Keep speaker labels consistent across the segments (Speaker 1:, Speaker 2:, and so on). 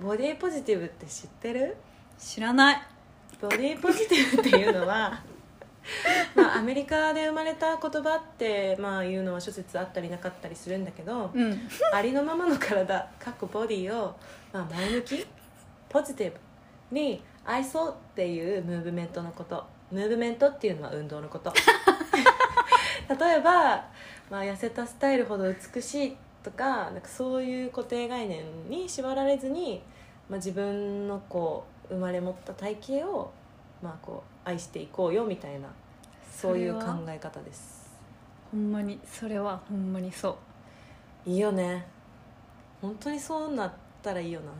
Speaker 1: ボディポジティブって知ってる
Speaker 2: 知らない
Speaker 1: ボディポジティブっていうのは まあアメリカで生まれた言葉って、まあ、いうのは諸説あったりなかったりするんだけど、
Speaker 2: うん
Speaker 1: ありのままの体かっこボディを、まあ、前向きポジティブに愛そうっていうムーブメントのことムーブメントっていうのは運動のこと 例えば、まあ、痩せたスタイルほど美しいとかなんかそういう固定概念に縛られずに、まあ、自分のこう生まれ持った体型を、まあ、こう愛していこうよみたいなそういう考
Speaker 2: それは
Speaker 1: え方です
Speaker 2: ほんまにそれはほんまにそう
Speaker 1: いいよね本当にそうなったらいいよな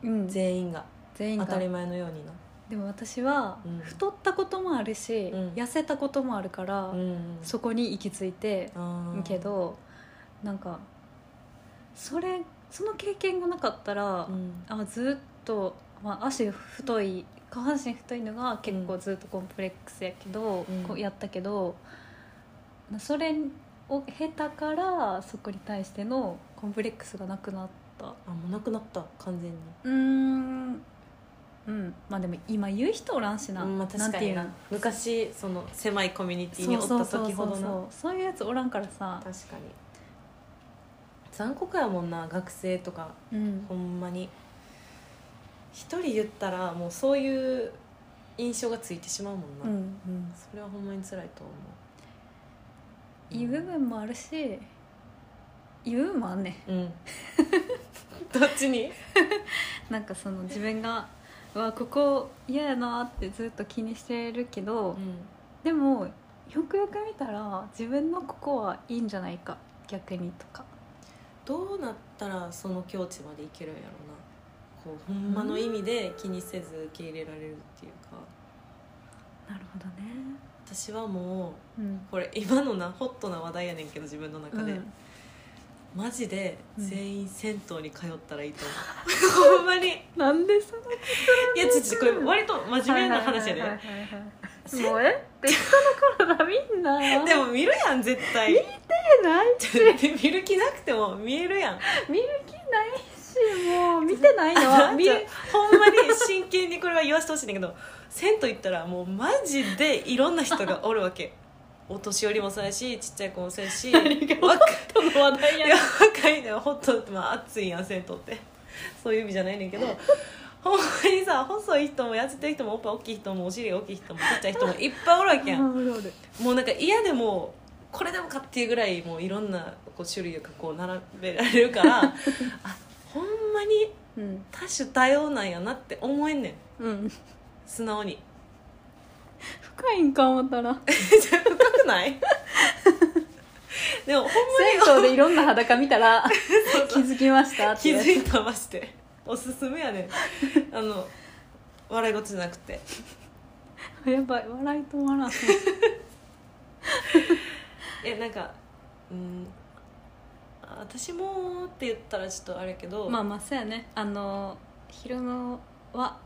Speaker 2: うん、全
Speaker 1: 全員が
Speaker 2: 員
Speaker 1: 当
Speaker 2: が
Speaker 1: たり前のようにな
Speaker 2: でも私は
Speaker 1: うん
Speaker 2: 太ったこともあるし、
Speaker 1: うん
Speaker 2: 痩せたこともあるから、
Speaker 1: うん
Speaker 2: そこに行き着いて
Speaker 1: あー
Speaker 2: けどなんかそれその経験がなかったら、
Speaker 1: うん
Speaker 2: あずっと、まあ、足太い下半身太いのが結構ずっとコンプレックスやけど、
Speaker 1: うん
Speaker 2: こうやったけどそれを経たからそこに対してのコンプレックスがなくなった
Speaker 1: あもうなくなった完全に
Speaker 2: うーんうんまあでも今言う人おらんしな、
Speaker 1: うんまあ
Speaker 2: な
Speaker 1: 確
Speaker 2: ん
Speaker 1: か
Speaker 2: てい
Speaker 1: に
Speaker 2: う
Speaker 1: な
Speaker 2: の
Speaker 1: 昔その狭いコミュニティ
Speaker 2: そ
Speaker 1: に
Speaker 2: う
Speaker 1: おっ
Speaker 2: そう
Speaker 1: た
Speaker 2: そう
Speaker 1: 時
Speaker 2: そ
Speaker 1: ほど
Speaker 2: う
Speaker 1: な
Speaker 2: そうそういうやつおらんからさ
Speaker 1: 確、かに残酷やもんな学生とか
Speaker 2: うん
Speaker 1: ほんまに一人言ったらもうそういう印象がついてしまうもんな、
Speaker 2: うんうん、
Speaker 1: それはほんまに辛いと思う
Speaker 2: いい部分もあるしいい部分もあんねん
Speaker 1: うん どっちに
Speaker 2: なんかその自分が「うわここ嫌やな」ってずっと気にしてるけど、でもよくよく見たら自分のここはいいんじゃないか逆にとか
Speaker 1: どうなったらその境地までいけるんやろうなこうほんまの意味で気にせず受け入れられるっていうか
Speaker 2: なるほどね
Speaker 1: 私はも
Speaker 2: うん
Speaker 1: うこれ今のなホットな話題やねんけど自分の中で、
Speaker 2: うん
Speaker 1: マジで
Speaker 2: うん
Speaker 1: 全員銭湯に通ったらいいと思う、ほんまにい
Speaker 2: なんでそんな
Speaker 1: やちょちょこれ割と真面目な話やで、
Speaker 2: はいはいはいはいもうえって人の体みんな見
Speaker 1: でも見るやん絶対
Speaker 2: てない
Speaker 1: 見る気なくても見えるやん
Speaker 2: 見る気ないしもう見てないの は見
Speaker 1: じゃ
Speaker 2: る
Speaker 1: あほんまに真剣にこれは言わせてほしいんだけど銭湯行ったらもうマジでいろんな人がおるわけ お年寄りもそうやしちっちゃい子もそうや し若い
Speaker 2: 人の話題
Speaker 1: いや若いのよホットまあ暑いやん銭湯ってそういう意味じゃないねん けどほんまにさ細い人も痩せてる人もおっぱい大きい人もお尻大きい人もちっちゃい人もいっぱいおるわけやん
Speaker 2: おるおる
Speaker 1: もうなんか嫌でもこれでもかっていうぐらいもういろんなこう種類をこう並べられるから あほんまに
Speaker 2: うん
Speaker 1: 多種多様なんやなって思えんねん
Speaker 2: うん
Speaker 1: 素直に
Speaker 2: 深いんか思ったら
Speaker 1: 深くないでもほん
Speaker 2: 銭湯でいろんな裸見た ら気づきましたって
Speaker 1: 気づいたましておすすめやねんあの笑い事じゃなくて
Speaker 2: やばい笑い止まらん
Speaker 1: えなんかうん私もって言ったらちょっとあれやけど、
Speaker 2: まあまあそうやねあの昼間は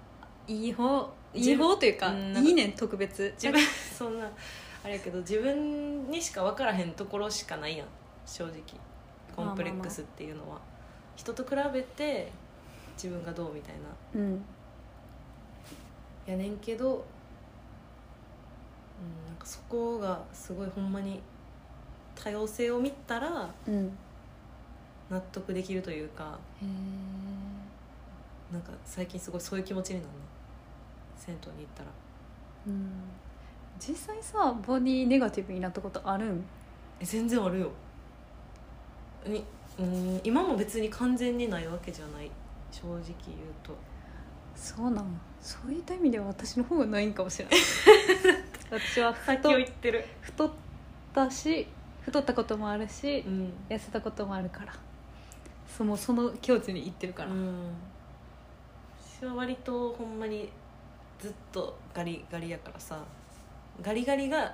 Speaker 2: いい方いい方というか
Speaker 1: うんなんか
Speaker 2: いいねん特別
Speaker 1: 自分そんなあれやけど自分にしか分からへんところしかないやん正直コンプレックスっていうのは、人と比べて自分がどうみたいな
Speaker 2: うん
Speaker 1: やねんけど、うん、なんかそこがすごいほんまに多様性を見たら
Speaker 2: うんへ
Speaker 1: 納得できるというか
Speaker 2: え
Speaker 1: なんか最近すごいそういう気持ちになるな銭湯に行ったら
Speaker 2: うん実際さボディネガティブになったことあるん
Speaker 1: え全然あるよにうん今も別に完全にないわけじゃない正直言うと
Speaker 2: そうなんそういった意味では私の方がないんかも しれない私は太
Speaker 1: ってる
Speaker 2: 太ったし太ったこともあるし、
Speaker 1: うん
Speaker 2: 痩せたこともあるからそもうその境地に行ってるから、
Speaker 1: うん私は割とほんまにずっとガリガリやからさガリガリが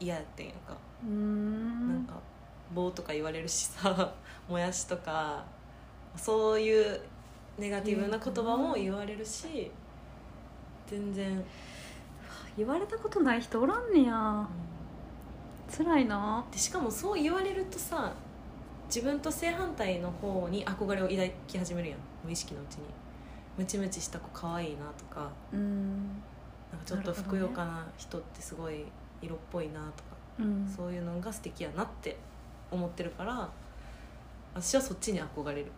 Speaker 1: 嫌やってんやんか
Speaker 2: うー
Speaker 1: なん
Speaker 2: ん
Speaker 1: か棒とか言われるしさ もやしとかそういうネガティブな言葉も言われるし全然、
Speaker 2: 言われたことない人おらんねや辛いな
Speaker 1: でしかもそう言われるとさ自分と正反対の方に憧れを抱き始めるやん無意識のうちにムチムチした子可愛いなとか
Speaker 2: うん
Speaker 1: なんかちょっとふくよかな人ってすごい色っぽいなとか
Speaker 2: うん
Speaker 1: そういうのが素敵やなって思ってるから私はそっちに憧れる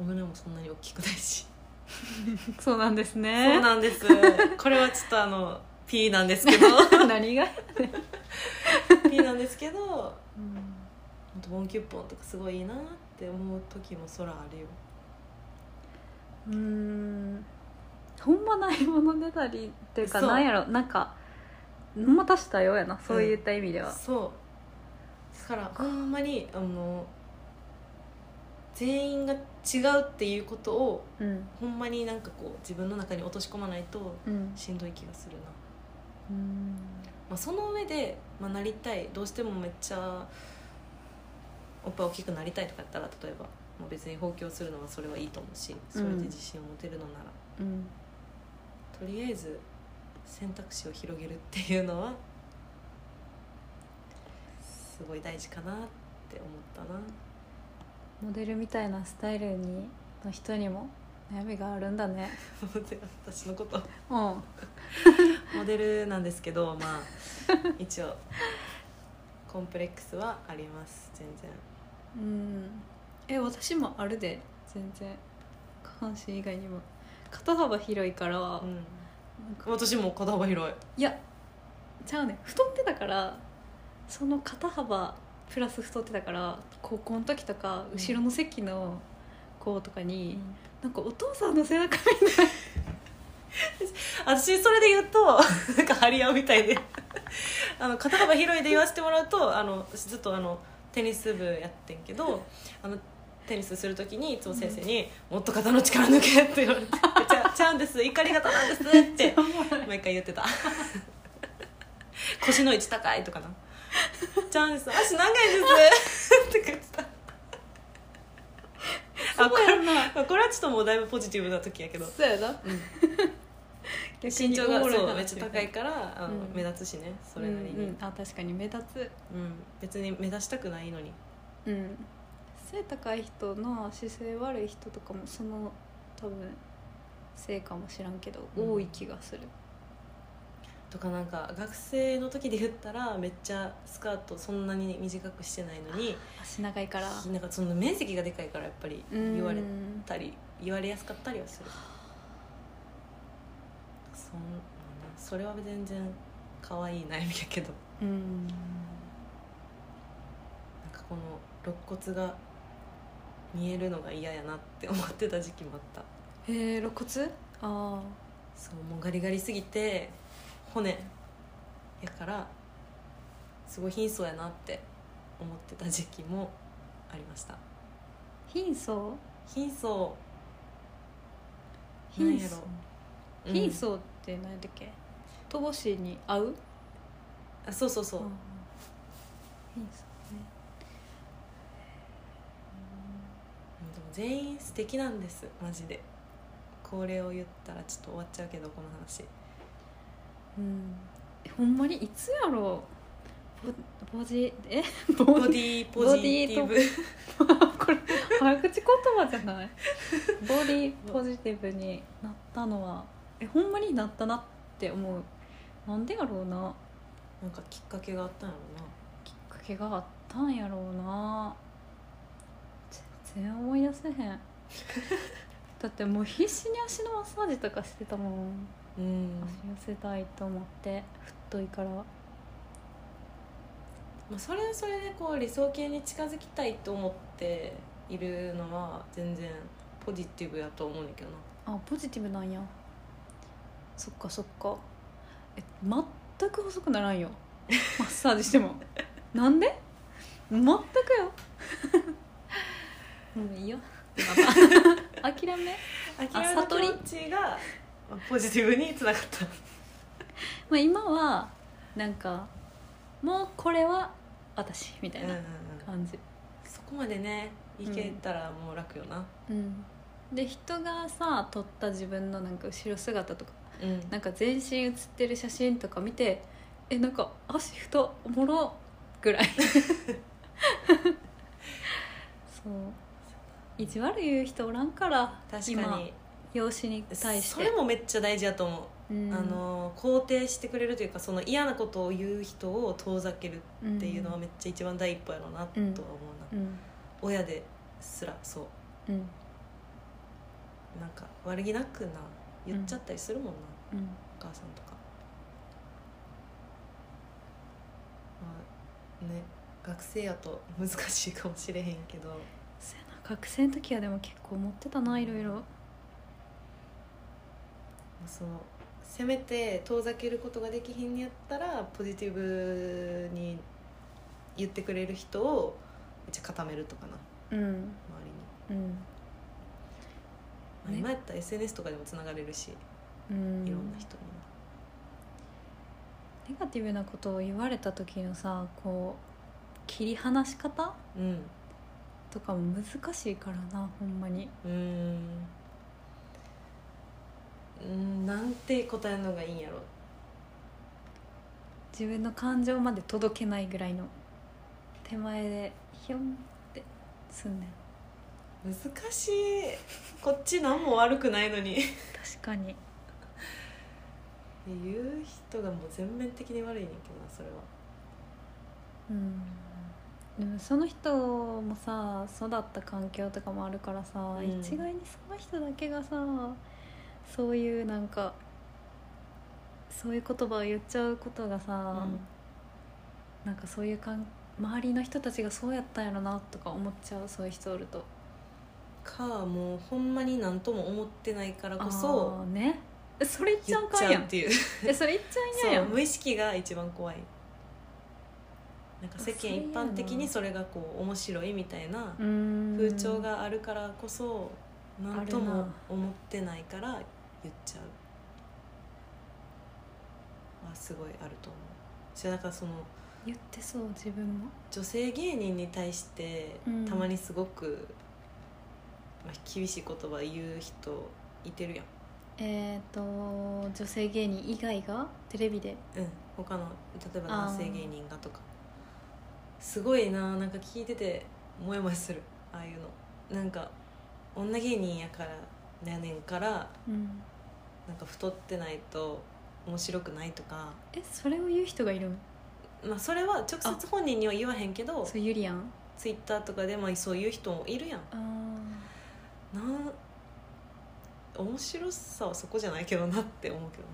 Speaker 1: お胸もそんなに大きくないし、
Speaker 2: そうなんです
Speaker 1: そう
Speaker 2: ね
Speaker 1: なんですこれはちょっとあの P なんですけ ど
Speaker 2: 何が、
Speaker 1: P なんですけどほんとボンキュッポンとかすごいいいなって思う時も空あるよ
Speaker 2: うんほんまないものねだりっていうか
Speaker 1: そう
Speaker 2: なんやろなんかほんま足したようやなそういった意味では、
Speaker 1: そうだからほんまにあの全員が違うっていうことを
Speaker 2: うん
Speaker 1: ほんまになんかこう自分の中に落とし込まないと
Speaker 2: うん
Speaker 1: しんどい気がするな
Speaker 2: うん
Speaker 1: まあ、その上で、まあ、なりたいどうしてもめっちゃおっぱい大きくなりたいとかやったら例えば、まあ、別に放棄するのはそれはいいと思うしそれで自信を持てるのなら、
Speaker 2: うん
Speaker 1: とりあえず選択肢を広げるっていうのはすごい大事かなって思ったな
Speaker 2: モデルみたいなスタイルにの人にも悩みがあるんだね
Speaker 1: 私のこと
Speaker 2: うん
Speaker 1: モデルなんですけどまあ一応コンプレックスはあります全然
Speaker 2: うんえ私もあるで全然下半身以外にも肩幅広いから、
Speaker 1: うん私も肩幅広い
Speaker 2: いやちゃうね太ってたからその肩幅プラス太ってたから高校の時とか
Speaker 1: うん
Speaker 2: 後ろの席の子とかに、
Speaker 1: うん
Speaker 2: なんかお父さんの背中
Speaker 1: 私それで言うと なんか張り合うみたいで あの肩幅広いで言わせてもらうとあの私ずっとあのテニス部やってんけどあのテニスする時にいつも先生に「もっと肩の力抜け」って言わ れて「ちゃちゃうんです怒り方なんです」って毎回言ってた 腰の位置高いとかな「ちゃうんです足長いです」とか言ってたあこれ
Speaker 2: な
Speaker 1: これはちょっともうだいぶポジティブな時やけど
Speaker 2: そうやな
Speaker 1: 身長が そう
Speaker 2: 逆におもろい
Speaker 1: めっ
Speaker 2: 話
Speaker 1: ちゃ高いからあの、
Speaker 2: うん
Speaker 1: 目立つしねそれなりに、
Speaker 2: うんうんあ確かに目立つ
Speaker 1: うん別に目指したくないのに
Speaker 2: うん背高い人の姿勢悪い人とかもその多分せいかもしらんけど、
Speaker 1: うん
Speaker 2: 多い気がする
Speaker 1: とかなんか学生の時で言ったらめっちゃスカートそんなに短くしてないのに
Speaker 2: 足長いから
Speaker 1: なんかその面積がでかいからやっぱり
Speaker 2: うん
Speaker 1: 言われたり言われやすかったりはするそんそれは全然可愛い悩みやけど
Speaker 2: うん
Speaker 1: なんかこの肋骨が見えるのが嫌やなって思ってた時期もあった
Speaker 2: えー、露骨ああ
Speaker 1: そうもうガリガリすぎて骨やからすごい貧相やなって思ってた時期もありました
Speaker 2: 貧相
Speaker 1: 貧相なん
Speaker 2: 貧
Speaker 1: や
Speaker 2: 相
Speaker 1: ろ
Speaker 2: 貧相って何やったっけ乏しいに合う
Speaker 1: うんあそうそうそう、
Speaker 2: うん貧相ね
Speaker 1: でも全員素敵なんですマジでこれを言ったらちょっと終わっちゃうけどこの話
Speaker 2: うんほんまにいつやろうボボジえボ
Speaker 1: ボデ
Speaker 2: ディ
Speaker 1: ィーポジティ
Speaker 2: ボ
Speaker 1: ブ
Speaker 2: デ これ早口言葉じゃないボディポジティブになったのはえほんまになったなって思うなんでやろうな
Speaker 1: なんかきっかけがあったんやろうな
Speaker 2: きっかけがあったんやろうな全然思い出せへんだってもう必死に足のマッサージとかしてたもん
Speaker 1: うん、
Speaker 2: 足痩せたいと思って太いから
Speaker 1: まあ、それはそれでこう理想形に近づきたいと思っているのは全然ポジティブやと思うねんだけどな
Speaker 2: あポジティブなんやそっかそっかえ全く細くなら んよマッサージしてもなんで全くよ もうい いよまた諦め
Speaker 1: 諦めの
Speaker 2: 悟
Speaker 1: 気
Speaker 2: り
Speaker 1: 持ちがまあポジティブにつながった
Speaker 2: まあ今はなんかもうこれは私みたいな感じ、
Speaker 1: そこまでねいけたらもう楽よな
Speaker 2: うんで人がさ撮った自分のなんか後ろ姿とか
Speaker 1: うん
Speaker 2: なんか全身写ってる写真とか 見てえなんか足太おもろぐらい地悪言う人おらんから
Speaker 1: 確かに
Speaker 2: 容姿に対して
Speaker 1: それもめっちゃ大事やと思う、
Speaker 2: うん
Speaker 1: あの肯定してくれるというかその嫌なことを言う人を遠ざけるっていうのはめっちゃ一番第一歩やろうなとは思うな、
Speaker 2: うん
Speaker 1: 親ですらそう
Speaker 2: うん
Speaker 1: なんか悪気なくな言っちゃったりするもんな、
Speaker 2: うん
Speaker 1: お母さんとか、まあね学生やと難しいかもしれへんけど
Speaker 2: そやな学生の時はでも結構持ってたないろいろ
Speaker 1: そのせめて遠ざけることができひんやったらポジティブに言ってくれる人をめっちゃ固めるとかな
Speaker 2: うん
Speaker 1: 周りに、
Speaker 2: うん
Speaker 1: まあ
Speaker 2: ね
Speaker 1: 今やったら SNS とかでもつながれるし、
Speaker 2: うん
Speaker 1: いろんな人に
Speaker 2: ネガティブなことを言われた時のさこう切り離し方
Speaker 1: うん
Speaker 2: とかも難しいからなほんまに
Speaker 1: うーんうーんなんて答えるのがいいんやろ
Speaker 2: 自分の感情まで届けないぐらいの手前でひょんってすんねん
Speaker 1: 難しいこっち何も悪くないのにって
Speaker 2: 確かに
Speaker 1: 言う人がもう全面的に悪いねんけどなそれは
Speaker 2: うんでもその人もさ育った環境とかもあるからさ、
Speaker 1: うん
Speaker 2: 一概にその人だけがさそういうなんかそういう言葉を言っちゃうことがさ、なんかそういうかん周りの人たちがそうやったんやろなとか思っちゃうそういう人おると
Speaker 1: かもうほんまに何とも思ってないからこそ
Speaker 2: あーねえそれ言っち
Speaker 1: 言
Speaker 2: ゃ
Speaker 1: っ
Speaker 2: う
Speaker 1: ち
Speaker 2: かん
Speaker 1: ゃ
Speaker 2: や
Speaker 1: うっ
Speaker 2: ん
Speaker 1: ていう
Speaker 2: えそれ言っちゃいないや
Speaker 1: そうん無意識が一番怖いなんか世間一般的にそれがこう面白いみたいな
Speaker 2: うーん
Speaker 1: 風潮があるからこそ何と
Speaker 2: ある
Speaker 1: も
Speaker 2: な
Speaker 1: 思ってないから言っちゃうはすごいあると思うじゃあなんかその
Speaker 2: 言ってそう自分も
Speaker 1: 女性芸人に対して
Speaker 2: うん
Speaker 1: たまにすごく、まあ、厳しい言葉言う人いてるやん、
Speaker 2: えっ、と女性芸人以外がテレビで
Speaker 1: うん、他の例えば
Speaker 2: あー
Speaker 1: 男性芸人がとかすごいななんか聞いててモヤモヤするああいうのなんか女芸人やからやねんから
Speaker 2: うん
Speaker 1: なんか太ってないと面白くないとか、
Speaker 2: えそれを言う人がいるの
Speaker 1: まあ、それは直接本人には言わへんけど
Speaker 2: そうゆりやん
Speaker 1: ツイッターとかでもそういう人もいるやん
Speaker 2: あー
Speaker 1: なん面白さはそこじゃないけどなって思うけどな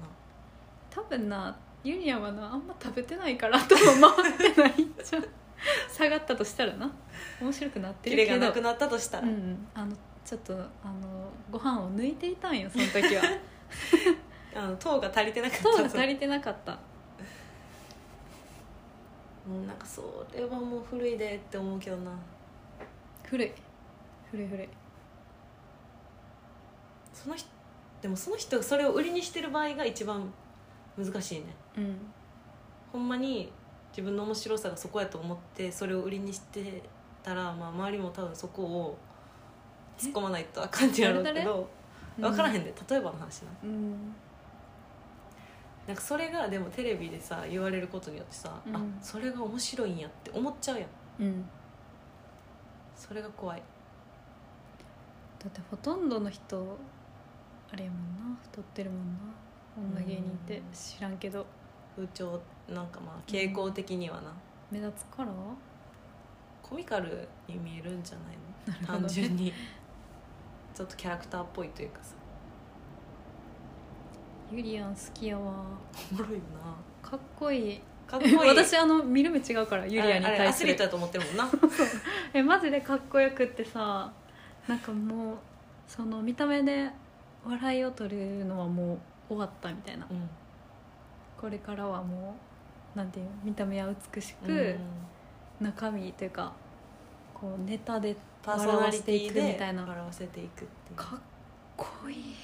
Speaker 2: 多分なゆりやんはなあんま食べてないからとも回ってないじ ゃん下がったとしたらな面白くなって
Speaker 1: キ
Speaker 2: るけ
Speaker 1: レ
Speaker 2: ど
Speaker 1: がなくなったとした
Speaker 2: う
Speaker 1: ら、
Speaker 2: んうんあのちょっとあのご飯を抜いていたんよその 時は
Speaker 1: あの糖が足りてなかった
Speaker 2: 糖が足りてなかった
Speaker 1: うんなんかそれはもう古いでって思うけどな
Speaker 2: 古い古い古い
Speaker 1: その人でもその人がそれを売りにしてる場合が一番難しいね
Speaker 2: うん
Speaker 1: ほんまに自分の面白さがそこやと思ってそれを売りにしてたら、まあ、周りも多分そこを突っ込まないとあかんってやろうけ
Speaker 2: 誰
Speaker 1: ど分からへ
Speaker 2: ん
Speaker 1: んで、例えばの話な
Speaker 2: うん
Speaker 1: なんかそれがでもテレビでさ言われることによってさ、
Speaker 2: うん
Speaker 1: あそれが面白いんやって思っちゃうやん
Speaker 2: うん
Speaker 1: それが怖い
Speaker 2: だってほとんどの人あれやもんな太ってるもんな女芸人って
Speaker 1: うん
Speaker 2: 知らんけど
Speaker 1: 風潮なんかまあ傾向的にはな、
Speaker 2: 目立つから
Speaker 1: コミカルに見えるんじゃないの
Speaker 2: なるほどね
Speaker 1: 単純にちょっとキャラクターっぽいというかさ
Speaker 2: ゆりやん好きやわ
Speaker 1: おもろいよ
Speaker 2: かっこいい
Speaker 1: なかっこいい
Speaker 2: 私あの見る目違うからゆりやんに
Speaker 1: あれあれ
Speaker 2: 対
Speaker 1: ア
Speaker 2: す
Speaker 1: スリー
Speaker 2: る
Speaker 1: トやと思ってるもんな
Speaker 2: えマジでかっこよくってさなんかもうその見た目で笑いを取るのはもう終わったみたいな
Speaker 1: うん
Speaker 2: これからはもうなんていうの見た目は美し く、
Speaker 1: うん
Speaker 2: 中身というかこうネタで
Speaker 1: パーソナリテ
Speaker 2: 笑わせてい
Speaker 1: ィ
Speaker 2: くみ
Speaker 1: で
Speaker 2: たいな
Speaker 1: 笑わせていくっていう
Speaker 2: かっこいい